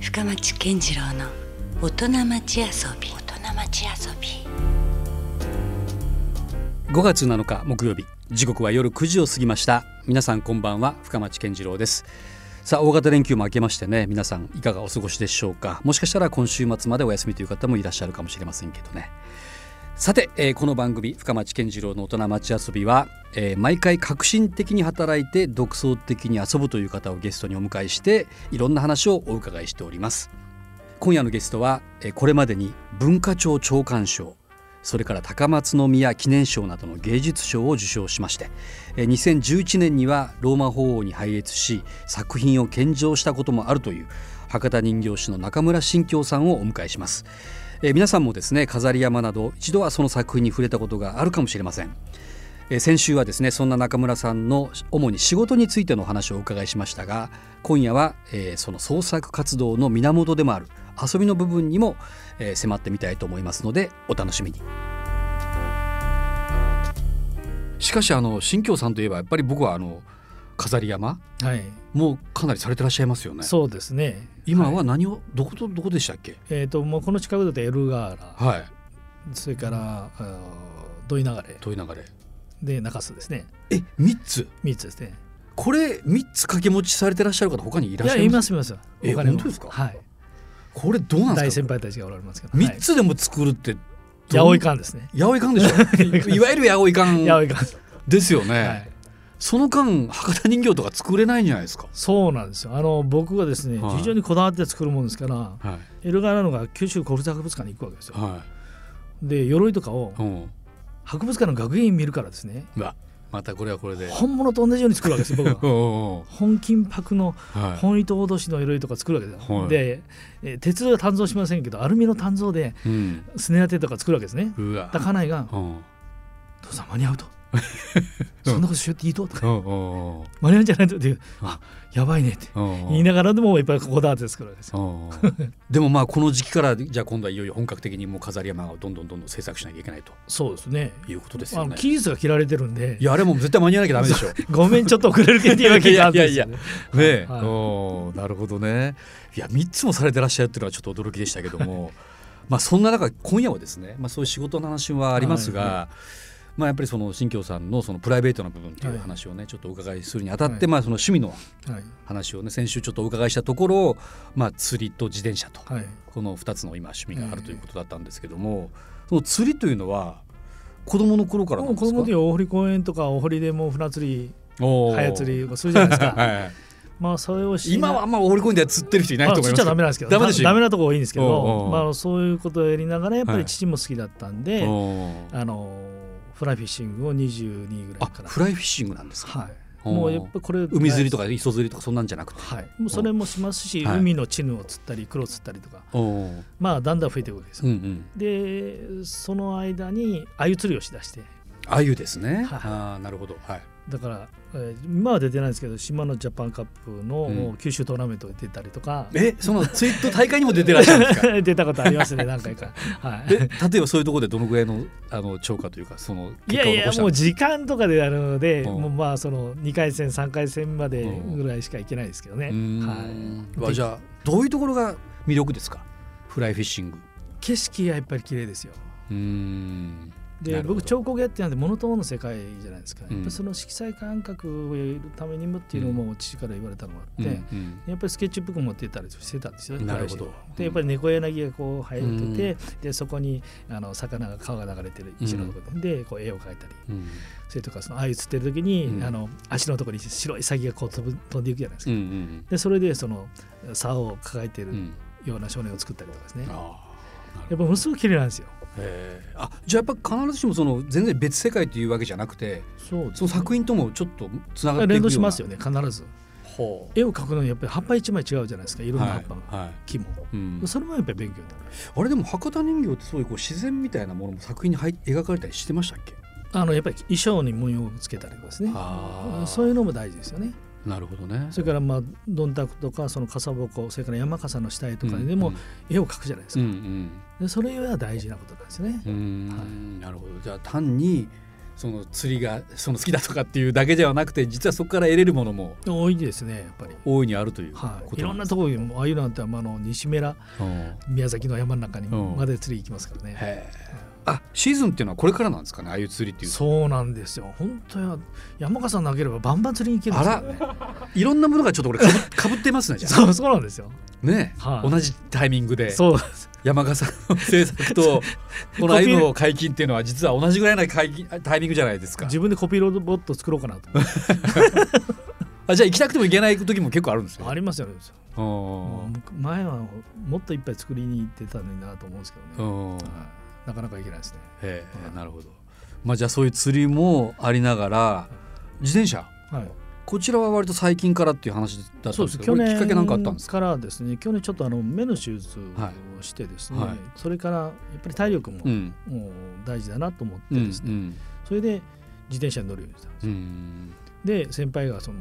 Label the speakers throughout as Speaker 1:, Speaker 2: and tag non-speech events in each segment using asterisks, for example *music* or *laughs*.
Speaker 1: 深町健次郎の大人町遊び大人町遊び
Speaker 2: 5月7日木曜日時刻は夜9時を過ぎました皆さんこんばんは深町健次郎ですさあ大型連休も明けましてね皆さんいかがお過ごしでしょうかもしかしたら今週末までお休みという方もいらっしゃるかもしれませんけどねさて、えーこの番組「深町健次郎の大人町遊びは」えー毎回革新的に働いて独創的に遊ぶという方をゲストにお迎えしていろんな話をお伺いしております今夜のゲストは、えーこれまでに文化庁長官賞それから高松宮記念賞などの芸術賞を受賞しましてえー2011年にはローマ法王に拝謁し作品を献上したこともあるという博多人形師の中村新京さんをお迎えしますえー皆さんもですね飾り山など一度はその作品に触れたことがあるかもしれませんえー先週はですねそんな中村さんの主に仕事についてのお話をお伺いしましたが今夜は、えーその創作活動の源でもある遊びの部分にも、えー迫ってみたいと思いますのでお楽しみにしかしあの新京さんといえばやっぱり僕はあの飾り山
Speaker 3: はい、
Speaker 2: もうかなりされてらっしゃいますよね
Speaker 3: そうですね。
Speaker 2: 今は何を、どことどこでしたっけ
Speaker 3: えっ、ともうこの近くだとエルガーラ、
Speaker 2: はい
Speaker 3: それからあの土井流れ
Speaker 2: という流れ
Speaker 3: で中洲ですね。
Speaker 2: え三つ
Speaker 3: 三つですね。
Speaker 2: これ三つ掛け持ちされてらっしゃる方他にい
Speaker 3: い
Speaker 2: らっし
Speaker 3: や
Speaker 2: ゃい
Speaker 3: い
Speaker 2: ま
Speaker 3: ますすいます。
Speaker 2: え
Speaker 3: お金も
Speaker 2: 本当ですか
Speaker 3: はい。
Speaker 2: これどうなんで
Speaker 3: 大
Speaker 2: す
Speaker 3: 先
Speaker 2: か
Speaker 3: 輩たちがおられますから。
Speaker 2: 三
Speaker 3: はい
Speaker 2: つでも作るって
Speaker 3: 八百いかんですね。
Speaker 2: 八百いかんでしょいわゆる八百
Speaker 3: 八
Speaker 2: いか
Speaker 3: 百
Speaker 2: ん
Speaker 3: いかん。
Speaker 2: ですよね、
Speaker 3: はい。
Speaker 2: その間博多人形とか作れないんじゃないですか
Speaker 3: そうなんですよ。あの僕がですね、
Speaker 2: はい
Speaker 3: 非常にこだわって作るもんですから、
Speaker 2: はい
Speaker 3: エルガーラのが九州国立博物館に行くわけですよ。
Speaker 2: は
Speaker 3: で鎧とかを
Speaker 2: い、うん、
Speaker 3: 博物館の学芸員見るからですね、
Speaker 2: うわまたこれはこれで
Speaker 3: 本物と同じように作るわけで
Speaker 2: *laughs*
Speaker 3: すよ。僕
Speaker 2: う
Speaker 3: は。
Speaker 2: んうんうん
Speaker 3: 本金箔の
Speaker 2: は
Speaker 3: 本糸脅しの鎧とか作るわけですよ、
Speaker 2: はい
Speaker 3: で、えー鉄は鍛造しませんけどアルミの鍛造で
Speaker 2: い、うん、
Speaker 3: スネ当てとか作るわけですね
Speaker 2: うわ
Speaker 3: だ家内が
Speaker 2: うん
Speaker 3: 「父さん間に合
Speaker 2: *laughs*
Speaker 3: うと」そんなことしようっていいと」とか
Speaker 2: うんうんうん
Speaker 3: 「間に合うんじゃないと」って「あやばいね」って
Speaker 2: うん
Speaker 3: 言いながらでもやっぱりこだわって作るわけですよ
Speaker 2: うんでもまあこの時期からじゃあ今度はいよいよ本格的にもう飾り山をどんどんどんどん制作しなきゃいけないと
Speaker 3: そうですね
Speaker 2: いうことです
Speaker 3: あ
Speaker 2: よ
Speaker 3: の
Speaker 2: ね。
Speaker 3: 期日が切られてるんで
Speaker 2: いやあれもう絶対間に合わなきゃダメでしょ。
Speaker 3: ごめんちょっと遅れるけど今聞いたんですよね
Speaker 2: ねえ、
Speaker 3: はい
Speaker 2: おーなるほどね。いや3つもされてらっしゃるっていうのはちょっと驚きでしたけど
Speaker 3: *laughs*
Speaker 2: も、まあそんな中今夜はですね、まあそういう仕事の話はありますが。
Speaker 3: はい
Speaker 2: まあやっぱりその新京さんのそのプライベートな部分という話をねちょっとお伺いするにあたって
Speaker 3: はい
Speaker 2: まあその趣味の
Speaker 3: はい
Speaker 2: 話をね先週ちょっとお伺いしたところまあ釣りと自転車と
Speaker 3: はい
Speaker 2: この2つの今趣味がある
Speaker 3: ええ
Speaker 2: ということだったんですけども、その釣りというのは子供の頃からな
Speaker 3: も
Speaker 2: ん
Speaker 3: う
Speaker 2: で
Speaker 3: 子
Speaker 2: すか
Speaker 3: 供の時大堀公園とか大堀でもう船釣り
Speaker 2: おー
Speaker 3: 早釣りをするじゃないです
Speaker 2: *laughs*
Speaker 3: か
Speaker 2: はいはい
Speaker 3: まあそれをしな
Speaker 2: 今はあんまり放り込んで釣ってる人いないと思いま
Speaker 3: あ釣っち
Speaker 2: す
Speaker 3: ゃダメなんですけど
Speaker 2: ダメでしょ
Speaker 3: ダメなとこ多いんですけど
Speaker 2: おうおう
Speaker 3: まあ、そういうことをやりながらやっぱ
Speaker 2: はい
Speaker 3: り父も好きだったんで、
Speaker 2: おー
Speaker 3: あのフライフィッシングを22ぐら
Speaker 2: あ
Speaker 3: いから
Speaker 2: フライフィッシングなんですか
Speaker 3: はい、
Speaker 2: おう
Speaker 3: もうやっぱこれ
Speaker 2: 海釣りと
Speaker 3: か
Speaker 2: か磯釣りとかそんなんじゃなくて
Speaker 3: はい、もうそれもしますし、
Speaker 2: はい
Speaker 3: 海のチヌを釣ったり黒釣ったりとか
Speaker 2: おー
Speaker 3: まあだんだん増えていくわけです
Speaker 2: う
Speaker 3: よ、
Speaker 2: んうん
Speaker 3: でその間に鮎釣りをしだして
Speaker 2: 鮎ですね、
Speaker 3: はい
Speaker 2: ああなるほど
Speaker 3: *laughs*
Speaker 2: はい
Speaker 3: だから、えー今は出てないんですけど島のジャパンカップ
Speaker 2: うん
Speaker 3: の九州トーナメントに出たりとか、
Speaker 2: えそのツイート大会にも出てらっしゃる
Speaker 3: *laughs*
Speaker 2: んですか
Speaker 3: 出たことありますね何回か、はい、
Speaker 2: え例えばそういうところでどのぐらいのあの超過というかその
Speaker 3: い
Speaker 2: 結
Speaker 3: や
Speaker 2: 果を
Speaker 3: い
Speaker 2: 残
Speaker 3: や
Speaker 2: したん
Speaker 3: もう
Speaker 2: です
Speaker 3: 時間とかであるので、
Speaker 2: うん
Speaker 3: もうまあその2回戦3回戦までぐらいしかいけないですけどね、
Speaker 2: うーん
Speaker 3: はい、
Speaker 2: わじゃあどういうところが魅力ですかフライフィッシング
Speaker 3: 景色がやっぱり綺麗ですよ
Speaker 2: うーんな
Speaker 3: で
Speaker 2: るほど
Speaker 3: 僕彫刻やってなんでモノトーンの世界じゃないですか、
Speaker 2: うん
Speaker 3: やっぱその色彩感覚を得るためにもっていうのをもう父から言われたのがあ
Speaker 2: う
Speaker 3: っ
Speaker 2: ん
Speaker 3: て、
Speaker 2: うん
Speaker 3: やっぱりスケッチブック持ってたりしてたんですよ。
Speaker 2: なるほど
Speaker 3: でやっぱり猫柳がこう生えてて、でそこにあの魚が川が流れてる石のところで,、でこう絵を描いたり
Speaker 2: うん
Speaker 3: それとかその鮎釣ってる時に、
Speaker 2: うん
Speaker 3: あの足のところに白いサギがこう飛ぶ飛んでいくじゃないです
Speaker 2: う
Speaker 3: か、
Speaker 2: んうん
Speaker 3: でそれでその竿を抱えて
Speaker 2: う
Speaker 3: る
Speaker 2: ん
Speaker 3: ような少年を作ったりとかですね、やっ
Speaker 2: ああなるほ
Speaker 3: ぱ
Speaker 2: ど
Speaker 3: ものすごく綺麗なんですよ
Speaker 2: へえあじゃあやっぱ必ずしもその全然別世界というわけじゃなくて
Speaker 3: そう
Speaker 2: その作品ともちょっとつながっていくような
Speaker 3: 連動しますよね必ず
Speaker 2: ほう
Speaker 3: 絵を描くのにやっぱり葉っぱ一枚違うじゃないですかいろんな葉っぱが、
Speaker 2: はいはい
Speaker 3: 木も
Speaker 2: うん、
Speaker 3: それもやっぱり勉強になる
Speaker 2: あれでも博多人形ってそういうこう自然みたいなものも作品に入描かれたりしてましたっけ
Speaker 3: あのやっぱり衣装に文様をつけたりとかですね
Speaker 2: あ
Speaker 3: そういうのも大事ですよね
Speaker 2: なるほどね
Speaker 3: それからまあどんたくとかそのかさぼこそれから山笠の下絵とかで
Speaker 2: う
Speaker 3: も
Speaker 2: ん
Speaker 3: 絵を描くじゃないです
Speaker 2: う
Speaker 3: か、
Speaker 2: んうん
Speaker 3: でそれは大事なことなんですよね、
Speaker 2: うーんなるほどじゃあ単にその釣りがその好きだとかっていうだけではなくて実はそこから得れるものも
Speaker 3: 多いですねやっぱり。
Speaker 2: 大いにあるという
Speaker 3: は
Speaker 2: こ
Speaker 3: い、い
Speaker 2: と
Speaker 3: ろん
Speaker 2: ん
Speaker 3: な
Speaker 2: です
Speaker 3: ところにもああいうのなんてあの西メラ
Speaker 2: うん
Speaker 3: 宮崎の山の中に
Speaker 2: うん
Speaker 3: まで釣り行きますからね、
Speaker 2: へえあシーズンっていうのはこれからなんですかねああいう釣りっていう
Speaker 3: そうなんですよ本当や山笠なければバンバン釣りに行けるんですよね
Speaker 2: いろんなものがちょっとこれか
Speaker 3: *laughs*
Speaker 2: ぶかぶってますねじゃあ
Speaker 3: そうそうなんですよ
Speaker 2: ね、
Speaker 3: はい
Speaker 2: 同じタイミングで
Speaker 3: そう
Speaker 2: 山笠の制作とこの
Speaker 3: コピー
Speaker 2: アユの解禁っていうのは実は同じぐらいの解禁タイミングじゃないですか
Speaker 3: 自分でコピーロボット作ろうかな
Speaker 2: *laughs*
Speaker 3: と思って
Speaker 2: あじゃあ行きたくても行けない時も結構あるんですよ
Speaker 3: ありますよね
Speaker 2: うん
Speaker 3: もう前はもっといっぱい作りに行ってたのになと思うんですけどね、
Speaker 2: うん
Speaker 3: はいなかなか行けないですね
Speaker 2: へえなるほどまあじゃあそういう釣りもありながら自転車
Speaker 3: はい
Speaker 2: こちらは割と最近からっていう話だった
Speaker 3: そ
Speaker 2: ん
Speaker 3: う
Speaker 2: で
Speaker 3: ですす
Speaker 2: けどこ
Speaker 3: 去
Speaker 2: れ
Speaker 3: 年
Speaker 2: きっかけなんかあったんですか
Speaker 3: からですね去年ちょっとあの目の手術
Speaker 2: はい
Speaker 3: をしてですね、
Speaker 2: はい
Speaker 3: それからやっぱり体力も,、
Speaker 2: うん
Speaker 3: もう大事だなと思っ
Speaker 2: う
Speaker 3: て
Speaker 2: ん
Speaker 3: ですね、
Speaker 2: うん
Speaker 3: それで自転車に乗るようにしたんです
Speaker 2: う
Speaker 3: よ
Speaker 2: ん
Speaker 3: で先輩がその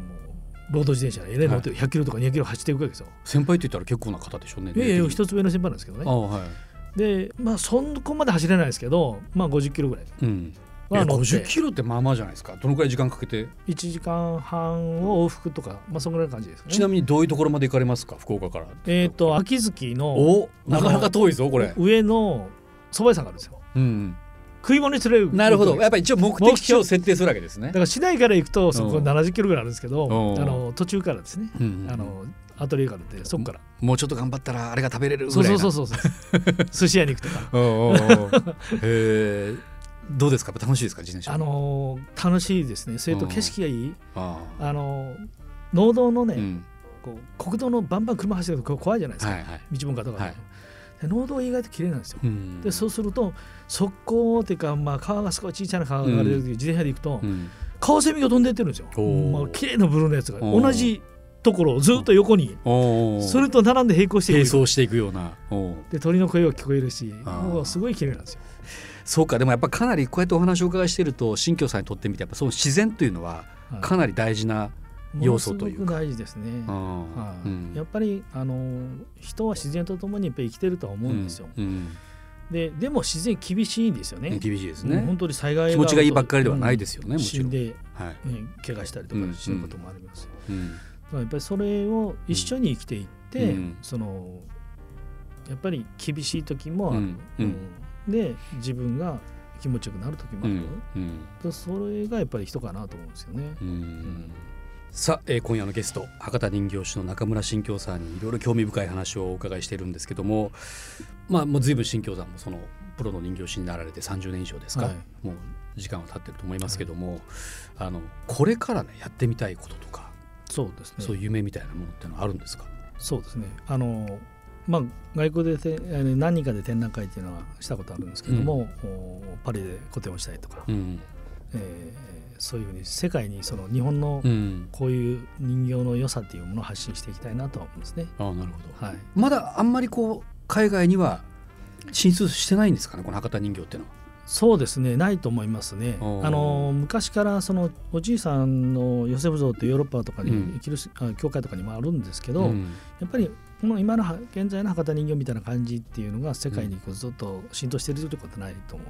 Speaker 3: ロード自転車でえらいのって100キロとか200キロ走っていくわけですよ。
Speaker 2: 先輩って言ったら結構な方でしょうね
Speaker 3: いやいや
Speaker 2: 年
Speaker 3: 一つ上の先輩なんですけど
Speaker 2: 的に
Speaker 3: ね
Speaker 2: あ。はい
Speaker 3: でまあそこまで走れないですけどまあ50キロぐらい
Speaker 2: うんい
Speaker 3: は
Speaker 2: や
Speaker 3: 乗って
Speaker 2: 50キロってまあまあじゃないですかどのくらい時間かけて
Speaker 3: 1時間半を往復とかまあそんぐらいの感じですかね。
Speaker 2: ちなみにどういうところまで行かれますか福岡から
Speaker 3: えっ、と秋月の
Speaker 2: おなかなか遠いぞこれ
Speaker 3: 上の蕎麦屋さんがあるんですよ。
Speaker 2: うん
Speaker 3: 食い物に釣れる。
Speaker 2: なるほどや
Speaker 3: だ
Speaker 2: っぱ一応目的地を設定するわけですね
Speaker 3: から市内から行くとそこ
Speaker 2: うん
Speaker 3: 70キロぐらいあるんですけど、
Speaker 2: うん
Speaker 3: あの途中からですね、
Speaker 2: うん
Speaker 3: あのアトリエからってそこから、
Speaker 2: もうちょっと頑張ったらあれが食べれる
Speaker 3: そうそうそううそうそう
Speaker 2: *laughs*
Speaker 3: 寿司屋に行くとか
Speaker 2: おうおうおうへえどうですか楽しいですか自転車
Speaker 3: あのー楽しいですねそれ
Speaker 2: う
Speaker 3: と
Speaker 2: ん
Speaker 3: 景色がいい、
Speaker 2: ああ
Speaker 3: あのー農道のね、
Speaker 2: うん
Speaker 3: こう国道のバンバン車走ってると怖いじゃないですか、
Speaker 2: はいはい
Speaker 3: 道もガタガタ、
Speaker 2: はい
Speaker 3: で農道意外と綺麗なんですよ、
Speaker 2: うん
Speaker 3: でそうすると側溝っていうか、まあ、川がすごい小さな川が流れる時、自転車で行くと、
Speaker 2: うん
Speaker 3: カワセミが飛んでってるんですよ、
Speaker 2: おー
Speaker 3: まあ綺麗なブルーのやつが
Speaker 2: おー
Speaker 3: 同じところをずっと横に
Speaker 2: おうおう
Speaker 3: それと並んで並行して
Speaker 2: 並
Speaker 3: いく
Speaker 2: 走していくようなおう
Speaker 3: で鳥の声が聞こえるし
Speaker 2: あー
Speaker 3: もうすごい綺麗なんですよ
Speaker 2: そうかでもやっぱかなりこうやってお話をお伺いしてると新京さんにとってみてやっぱその自然というのは
Speaker 3: はい
Speaker 2: かなり大事な、要素というか
Speaker 3: ものすごく大事ですね、
Speaker 2: うん
Speaker 3: はい
Speaker 2: うん
Speaker 3: やっぱりあの人は自然とともにやっぱり生きてるとは思うんですよ、
Speaker 2: うん
Speaker 3: ででも自然厳しいんですよ
Speaker 2: うん
Speaker 3: ね
Speaker 2: 厳しいです
Speaker 3: もう
Speaker 2: ね
Speaker 3: 本。当に災害
Speaker 2: 気持ちがいいばっかりではないですよね
Speaker 3: うん
Speaker 2: もちろん
Speaker 3: 死んで、
Speaker 2: はい
Speaker 3: うん怪我したりと
Speaker 2: うん
Speaker 3: か死ぬこともあります、
Speaker 2: うん
Speaker 3: だからやっぱりそれを一緒に生きていって、
Speaker 2: うん
Speaker 3: そのやっぱり厳しい時もある、
Speaker 2: うんうん
Speaker 3: うんで自分が気持ちよくなる時も
Speaker 2: う
Speaker 3: ある、
Speaker 2: んうん
Speaker 3: でそれがやっぱり人かなと思うんですよね、
Speaker 2: うんさあ、えー今夜のゲスト博多人形師の中村新京さんにいろいろ興味深い話をお伺いしているんですけどもまあもう随分新京さんもそのプロの人形師になられて30年以上ですか、
Speaker 3: はい
Speaker 2: もう時間は経ってると思いますけども、あのこれからねやってみたいこととか、
Speaker 3: そうですね
Speaker 2: そういう夢みたいなものってのはあるんですか、
Speaker 3: そうですね。あのまあ外国でてあの何人かで展覧会っていうのはしたことあるんですけども、おパリで個展をしたりとか、
Speaker 2: うん
Speaker 3: えーそういうふうに世界にその日本の
Speaker 2: うん、
Speaker 3: こういう人形の良さっていうものを発信していきたいなとは思うんですね。
Speaker 2: ああなるほど
Speaker 3: はい。
Speaker 2: まだあんまりこう海外には進出してないんですかねこの博多人形っていうのは。
Speaker 3: そうですね。ないと思いますね。
Speaker 2: おー
Speaker 3: あの昔からそのおじいさんのヨセフ像ってヨーロッパとか
Speaker 2: うん
Speaker 3: にキリストあ教会とかにもあるんですけど、
Speaker 2: うん
Speaker 3: やっぱりこの今のは現在の博多人形みたいな感じっていうのが世界にこうずっと浸透してるってことはないと思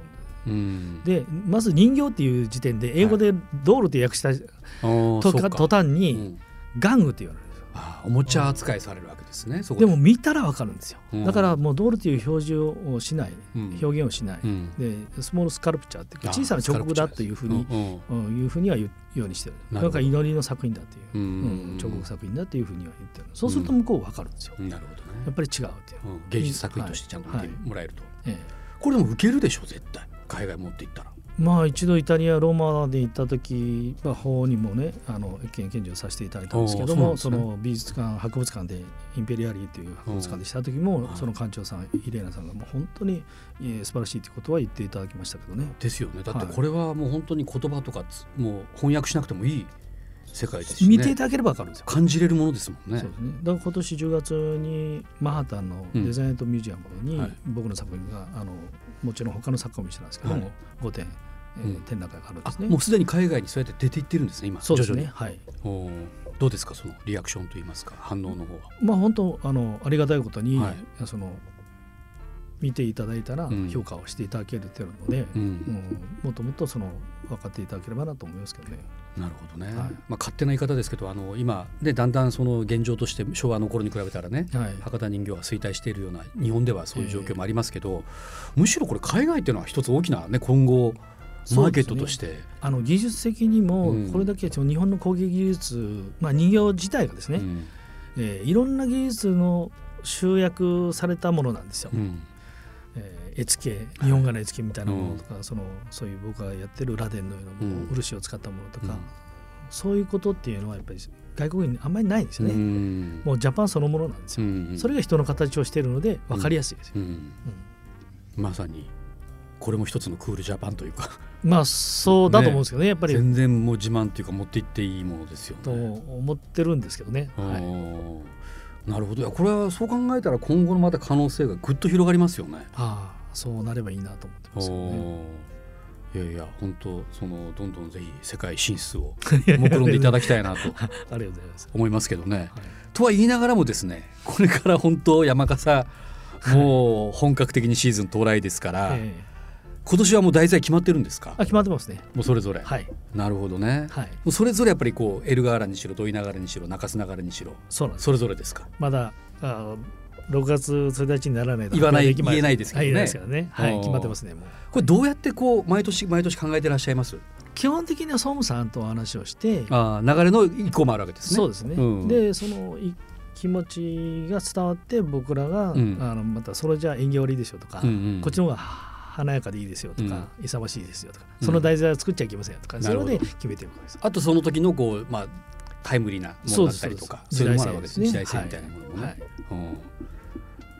Speaker 3: うんで
Speaker 2: うん、
Speaker 3: でまず人形っていう時点で英語でドールって訳した
Speaker 2: あー
Speaker 3: と
Speaker 2: そう
Speaker 3: か
Speaker 2: か
Speaker 3: 途端
Speaker 2: う
Speaker 3: に
Speaker 2: ん
Speaker 3: 玩具って言われるんですよ
Speaker 2: あーおもちゃ扱いされるわけですねそこ
Speaker 3: でも見たらわかるんですよ
Speaker 2: うん
Speaker 3: だからもうドールっていう表示をしない
Speaker 2: うん
Speaker 3: 表現をしない
Speaker 2: うん
Speaker 3: でスモールスカルプチャーっていう
Speaker 2: あー
Speaker 3: 小さな彫刻だというふうに
Speaker 2: スカルプチャーですうんうん
Speaker 3: うんいうふうには言うようにしてる
Speaker 2: な
Speaker 3: な
Speaker 2: るほ
Speaker 3: ん
Speaker 2: ど
Speaker 3: か祈りの作品だっていうう、
Speaker 2: ん
Speaker 3: うん彫刻作品だっていうふうには言ってるそうすると向こうわかるんですよ
Speaker 2: うんなるほど
Speaker 3: やっ
Speaker 2: ね、
Speaker 3: ぱり違うっていう、
Speaker 2: うん、芸術作品としてちゃんと見て
Speaker 3: はい
Speaker 2: もらえると、
Speaker 3: え
Speaker 2: これでも受けるでしょ絶対海外持っていったら。
Speaker 3: えまあ一度イタリアローマで行った時は法にもねあの見見をさせていただいたんですけど
Speaker 2: おー
Speaker 3: も
Speaker 2: そ
Speaker 3: そ,、
Speaker 2: うなんですね
Speaker 3: の美術館博物館でインペリアリーという博物館でした時も、
Speaker 2: はい
Speaker 3: その館長さんイレーナさんがもう本当に、えー素晴らしいということは言っていただきましたけどね。
Speaker 2: ですよねだって
Speaker 3: はい
Speaker 2: これはもう本当に言葉とかつもう翻訳しなくてもいい世界ですし、ね、
Speaker 3: 見ていただければわかるんですよ。
Speaker 2: 感じれるものですもんね
Speaker 3: そうですね、だから今年10月にマハタンのデザインとミュージアムに
Speaker 2: うんはい
Speaker 3: 僕の作品が、あのもちろん他の作家も一緒なんですけども、
Speaker 2: はい
Speaker 3: 5点、えー
Speaker 2: うん
Speaker 3: 展覧会があるんで
Speaker 2: あ
Speaker 3: すね。
Speaker 2: もうすでに海外にそうやって出ていってるんですね今
Speaker 3: そうです
Speaker 2: 徐々
Speaker 3: ね、
Speaker 2: に
Speaker 3: はい
Speaker 2: おーどうですかそのリアクションといいますか反応の方は
Speaker 3: まあ本当あのありがたいことに、
Speaker 2: はい
Speaker 3: その見ていただいたら
Speaker 2: うん
Speaker 3: 評価をしていただけるというので、
Speaker 2: う、
Speaker 3: うんんもっともっとその分かっていただければなと思いますけどね。
Speaker 2: なるほどね、
Speaker 3: い
Speaker 2: まあ、勝手な言い方ですけどあの今ねだんだんその現状として昭和の頃に比べたらね、
Speaker 3: はい
Speaker 2: 博多人形が衰退しているような日本ではそういう状況もありますけど、むしろこれ海外っていうのは一つ大きな、ね、今後マーケットとして、
Speaker 3: あの技術的にも
Speaker 2: うん
Speaker 3: これだけその日本の工芸技術、まあ、人形自体がですね、
Speaker 2: うん
Speaker 3: えーいろんな技術の集約されたものなんですよ。
Speaker 2: うん
Speaker 3: えー絵付け日本画の絵付けみたいなものとか、そのそういう僕がやってる螺鈿のようなもの、
Speaker 2: うん
Speaker 3: 漆を使ったものと
Speaker 2: う
Speaker 3: か、
Speaker 2: ん
Speaker 3: そういうことっていうのはやっぱり外国にあんまりないんですよね。
Speaker 2: うん
Speaker 3: もうジャパンそのものなんですよ。
Speaker 2: うん
Speaker 3: それが人の形をしているので分かりやすいですよ。
Speaker 2: うんまさにこれも一つのクールジャパンというか
Speaker 3: うんまあそうだと思うんですけどねやっぱり
Speaker 2: 全然もう自慢というか持っていっていいものですよ
Speaker 3: と
Speaker 2: ね。
Speaker 3: 思ってるんですけどね。はい
Speaker 2: おーなるほどいやこれはそう考えたら今後のまた可能性がぐっと広がりますよね。
Speaker 3: ああそうなればいいなと思ってますけどね。
Speaker 2: おーいやいや本当そのどんどんぜひ世界進出
Speaker 3: *laughs*
Speaker 2: を目論んでいただきたいなと
Speaker 3: *laughs* ありがとうございます。
Speaker 2: 思いますけどね。
Speaker 3: はい
Speaker 2: とは言いながらもですねこれから本当山笠もう本格的にシーズン到来ですから、
Speaker 3: ええ
Speaker 2: 今年はもう題材決まってるんですか
Speaker 3: あ決まってますね。
Speaker 2: もうそれぞれ。
Speaker 3: はい
Speaker 2: なるほどね。
Speaker 3: はい
Speaker 2: もうそれぞれやっぱりこうエルガーラにしろ土井流れにしろ中洲流れにしろ
Speaker 3: そうなんです。
Speaker 2: それぞれですか
Speaker 3: まだあ6月1日にならないと
Speaker 2: 言わない
Speaker 3: 発表でき
Speaker 2: 言えないですけどね
Speaker 3: はい言えないですからね。は
Speaker 2: おー
Speaker 3: い決まってますねもう。
Speaker 2: これどうやってこう毎年毎年考えてらっしゃいます
Speaker 3: 基本的には総務さんとお話をして、
Speaker 2: あー流れの一個もあるわけですね
Speaker 3: そうですね。
Speaker 2: うん
Speaker 3: でそのい気持ちが伝わって僕らが、
Speaker 2: うん
Speaker 3: あのまたそれじゃあ縁起悪いでしょとか、
Speaker 2: うんうん
Speaker 3: こっちの方が華やかでいいですよとか、勇ましいですよとか、
Speaker 2: うん
Speaker 3: その題材は作っちゃいけませんよとか、
Speaker 2: な
Speaker 3: そ
Speaker 2: るほ
Speaker 3: れ
Speaker 2: ど
Speaker 3: で決めてるわけです。
Speaker 2: あとその時のこうまあタイムリーなものだったりとか
Speaker 3: そう
Speaker 2: いう
Speaker 3: で
Speaker 2: の
Speaker 3: す
Speaker 2: もあるわけですね時
Speaker 3: 時
Speaker 2: 代
Speaker 3: 代
Speaker 2: 性
Speaker 3: 性
Speaker 2: み
Speaker 3: で
Speaker 2: た
Speaker 3: す
Speaker 2: いな
Speaker 3: ね
Speaker 2: ものもね、
Speaker 3: は
Speaker 2: う
Speaker 3: い
Speaker 2: ん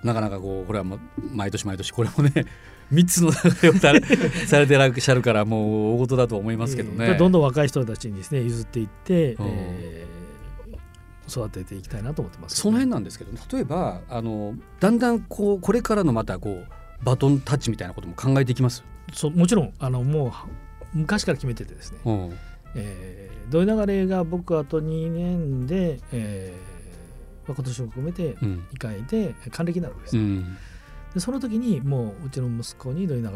Speaker 2: なかなかこうこれはもう毎年毎年これもね *laughs* 3つの流れを
Speaker 3: *laughs*
Speaker 2: されされてらっしゃるからもう大事だと思いますけどね、
Speaker 3: えーどんどん若い人たちにですね譲っていって、
Speaker 2: うん
Speaker 3: えー育てていきたいなと思ってます、
Speaker 2: その辺なんですけど、例えばあのだんだんこうこれからのまたこうバトンタッチみたいなことも考えていきます。
Speaker 3: そうもちろんあのもうは昔から決めててですね、
Speaker 2: うん
Speaker 3: えー、土井流れが僕あと2年で、えーまあ今年も含めて
Speaker 2: うん
Speaker 3: 2回で還暦になるわけです、
Speaker 2: うん、
Speaker 3: でその時にもううちの息子に土井流れを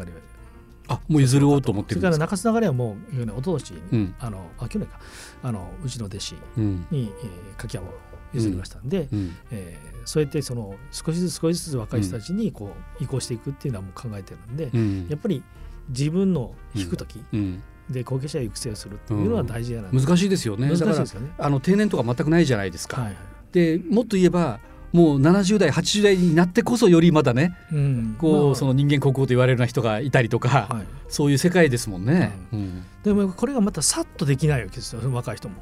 Speaker 2: あもう譲ろうと思っ
Speaker 3: そ
Speaker 2: て
Speaker 3: れ
Speaker 2: るん
Speaker 3: か
Speaker 2: で
Speaker 3: ら
Speaker 2: すか。
Speaker 3: 中津流れはもう去年おととしに、
Speaker 2: うん
Speaker 3: あのあ去年かあのうちの弟子
Speaker 2: うん
Speaker 3: に、えー、柿山を譲りましたんで、
Speaker 2: うん
Speaker 3: えーそうやってその少しずつ少しずつ若い人たちにこう移行していくっていうのはもう考えてるんで、
Speaker 2: うん
Speaker 3: やっぱり自分の引く時
Speaker 2: うん、
Speaker 3: で後継者を育成するっていうのは大事やな、
Speaker 2: 難しいですよね。
Speaker 3: 難しい
Speaker 2: だから
Speaker 3: ですよね。
Speaker 2: あの定年とか全くないじゃないですか。
Speaker 3: はいはい
Speaker 2: でもっと言えばもう70代80代になってこそよりまだね
Speaker 3: うん
Speaker 2: こう、
Speaker 3: まあ
Speaker 2: その人間国宝と言われるような人がいたりとか、
Speaker 3: はい、
Speaker 2: そういう世界ですもんね。うん
Speaker 3: でもこれがまたさっとできないわけですよ若い人も。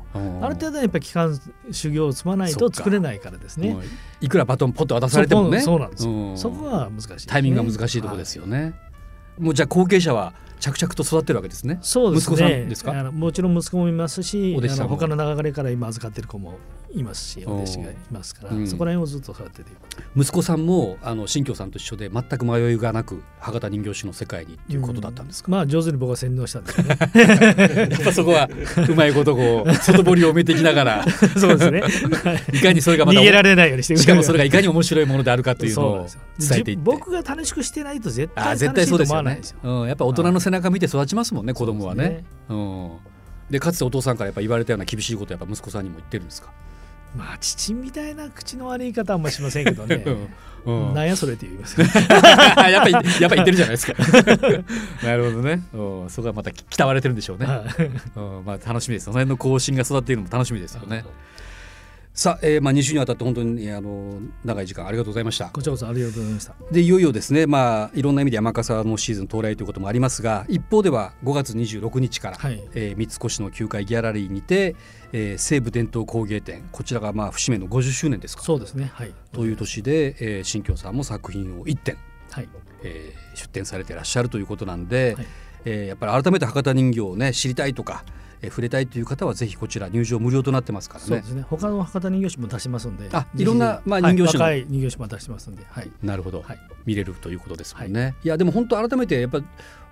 Speaker 3: ある程度はやっぱり期間修行を積まない
Speaker 2: そっ
Speaker 3: と
Speaker 2: か
Speaker 3: 作れないからですね
Speaker 2: も。ういくらバトンポッと渡されてもね
Speaker 3: そこそうなんですよ、
Speaker 2: うん
Speaker 3: そこは難しいですね、
Speaker 2: タイミングが難しいところですよね、もうじゃあ後継者は着々と育ってるわけですね
Speaker 3: そうですね
Speaker 2: 息子さんですか
Speaker 3: あのもちろん息子もいますし
Speaker 2: お弟子
Speaker 3: あ
Speaker 2: さん
Speaker 3: の
Speaker 2: も
Speaker 3: 他の流れから今預かってる子もいますし
Speaker 2: おー
Speaker 3: お弟子がいますから、
Speaker 2: うん
Speaker 3: そこら辺をずっと育てていく
Speaker 2: 息子さんもあの新京さんと一緒で全く迷いがなく博多人形師の世界にっていうことだったんですか、
Speaker 3: まあ上手に僕は洗脳したんですよ
Speaker 2: *laughs*
Speaker 3: ね
Speaker 2: やっぱそこはうまいことこう外堀を埋めていきながら
Speaker 3: そうですね、はい
Speaker 2: いかにそれ *laughs* がま
Speaker 3: 逃
Speaker 2: た
Speaker 3: げられないようにして
Speaker 2: しかもそれ
Speaker 3: が
Speaker 2: がいかに面白いものであるかというのを伝えていって
Speaker 3: 僕が楽しくしてないと絶
Speaker 2: あー
Speaker 3: 対
Speaker 2: 絶
Speaker 3: 楽
Speaker 2: 対
Speaker 3: し
Speaker 2: そう
Speaker 3: いと
Speaker 2: です
Speaker 3: 思わ
Speaker 2: よ
Speaker 3: ない
Speaker 2: ね
Speaker 3: ですよ
Speaker 2: うん、やっぱ大人の背中見て育ちますもんね子供はね
Speaker 3: そうです
Speaker 2: うん、でかつてお父さんからやっぱ言われたような厳しいことやっぱ息子さんにも言ってるんですか、
Speaker 3: まあ父みたいな口の悪い方はあんましませんけどね
Speaker 2: *laughs* うん
Speaker 3: なんやそれって言いますね
Speaker 2: やっぱり、やっぱり言ってるじゃないですか。 *laughs* なるほどね。うんそこはまたき鍛われてるんでしょうね。 *laughs* うんまあ、楽しみです。その辺の後進が育っているのも楽しみですよね。さあ、えーまあ、2週にわたって本当に、あの、長い時間ありがとうございました。
Speaker 3: こちらこそありがとうございました
Speaker 2: で、いよいよですね、まあ、いろんな意味で山笠のシーズン到来ということもありますが、一方では5月26日から、
Speaker 3: はい
Speaker 2: えー三越の9階ギャラリーにて、えー西武伝統工芸展、こちらが、まあ、節目の50周年ですか。
Speaker 3: そうですねはい
Speaker 2: という年で、えー新京さんも作品を1点
Speaker 3: はい
Speaker 2: えー出展されてらっしゃるということなんで、
Speaker 3: はい
Speaker 2: えーやっぱり改めて博多人形をね知りたいとか、えー触れたいという方はぜひこちら入場無料となってますから
Speaker 3: そう
Speaker 2: ね
Speaker 3: ですね。他の博多人形師も出しますんで。
Speaker 2: あ
Speaker 3: ぜひ
Speaker 2: いろんなまあ
Speaker 3: はい
Speaker 2: 人形師の
Speaker 3: 若い人形師も出してますんで。はい。
Speaker 2: なるほど、
Speaker 3: はい。
Speaker 2: 見れるということですもんね、い、やでも本当改めてやっぱ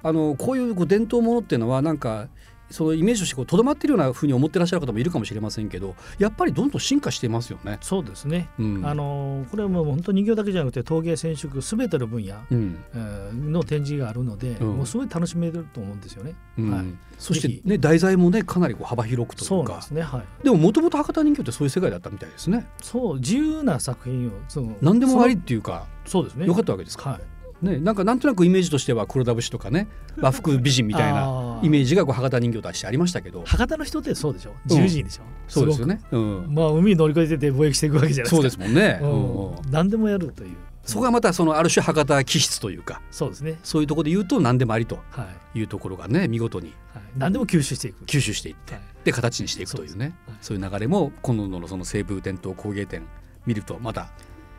Speaker 2: あのこういうこう伝統ものっていうのはなんかそのイメージとしてこうとどまっているようなふうに思ってらっしゃる方もいるかもしれませんけどやっぱりどんどん進化していますよね。
Speaker 3: そうですね、
Speaker 2: うん
Speaker 3: あのこれはもう本当に人形だけじゃなくて陶芸染色すべての分野
Speaker 2: うん
Speaker 3: えーの展示があるので、
Speaker 2: うん
Speaker 3: もうすごい楽しめると思うんですよね。
Speaker 2: うん
Speaker 3: はい、
Speaker 2: そし
Speaker 3: ぜ
Speaker 2: て、
Speaker 3: ひ
Speaker 2: ね、題材も、ね、かなりこう幅広くとい
Speaker 3: そう
Speaker 2: う
Speaker 3: なん
Speaker 2: か
Speaker 3: ですね、はい、
Speaker 2: でももともと博多人形ってそういう世界だったみたいですね。
Speaker 3: そう自由な作品をその
Speaker 2: 何でもありっていうか
Speaker 3: そのそうですね
Speaker 2: 良かったわけですか、
Speaker 3: はい、
Speaker 2: ね、なんかなんとなくイメージとしては黒田節とかね和服美人みたいな
Speaker 3: あー
Speaker 2: イメージがこう博多人形としてありましたけど
Speaker 3: 博多の人ってそうでしょ自由人でしょ、
Speaker 2: そうですよ
Speaker 3: ね
Speaker 2: ね、うん、
Speaker 3: まあ海乗り越えてて貿易していくわけじゃないです
Speaker 2: そ
Speaker 3: か
Speaker 2: うですもんね、
Speaker 3: う
Speaker 2: うんうん
Speaker 3: ん、何でもやるという
Speaker 2: そこがまたそのある種博多気質というか
Speaker 3: そうですね
Speaker 2: そういうところで言うと何でもありと
Speaker 3: はい、はい、
Speaker 2: いうところがね見事に
Speaker 3: 何でも吸収していく
Speaker 2: 吸収していって、
Speaker 3: はい
Speaker 2: で形にしていくというね
Speaker 3: そうですはい
Speaker 2: そういう流れも今度のその西武伝統工芸展見るとまた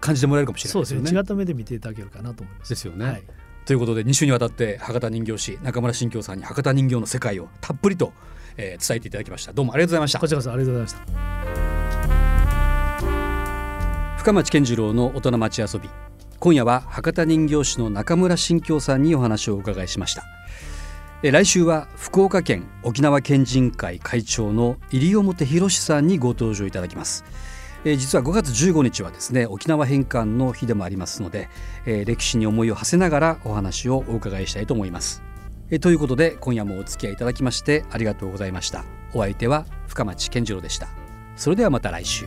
Speaker 2: 感じてもらえるかもしれない
Speaker 3: そ
Speaker 2: うで
Speaker 3: ですす
Speaker 2: よ
Speaker 3: ね
Speaker 2: ね。
Speaker 3: 違った目で見ていただけるかなと思います
Speaker 2: ですよね
Speaker 3: はい、
Speaker 2: ということで2週にわたって博多人形師中村新京さんに博多人形の世界をたっぷりと、えー伝えていただきましたどうもありがとうございました
Speaker 3: こちらこそありがとうございました
Speaker 2: 深町健次郎の大人町遊び今夜は博多人形師の中村新京さんにお話をお伺いしましたえー来週は福岡県沖縄県人会会長の入表博さんにご登場いただきますえー実は5月15日はですね沖縄返還の日でもありますので、えー歴史に思いを馳せながらお話をお伺いしたいと思いますえーということで今夜もお付き合いいただきましてありがとうございましたお相手は深町健次郎でしたそれではまた来週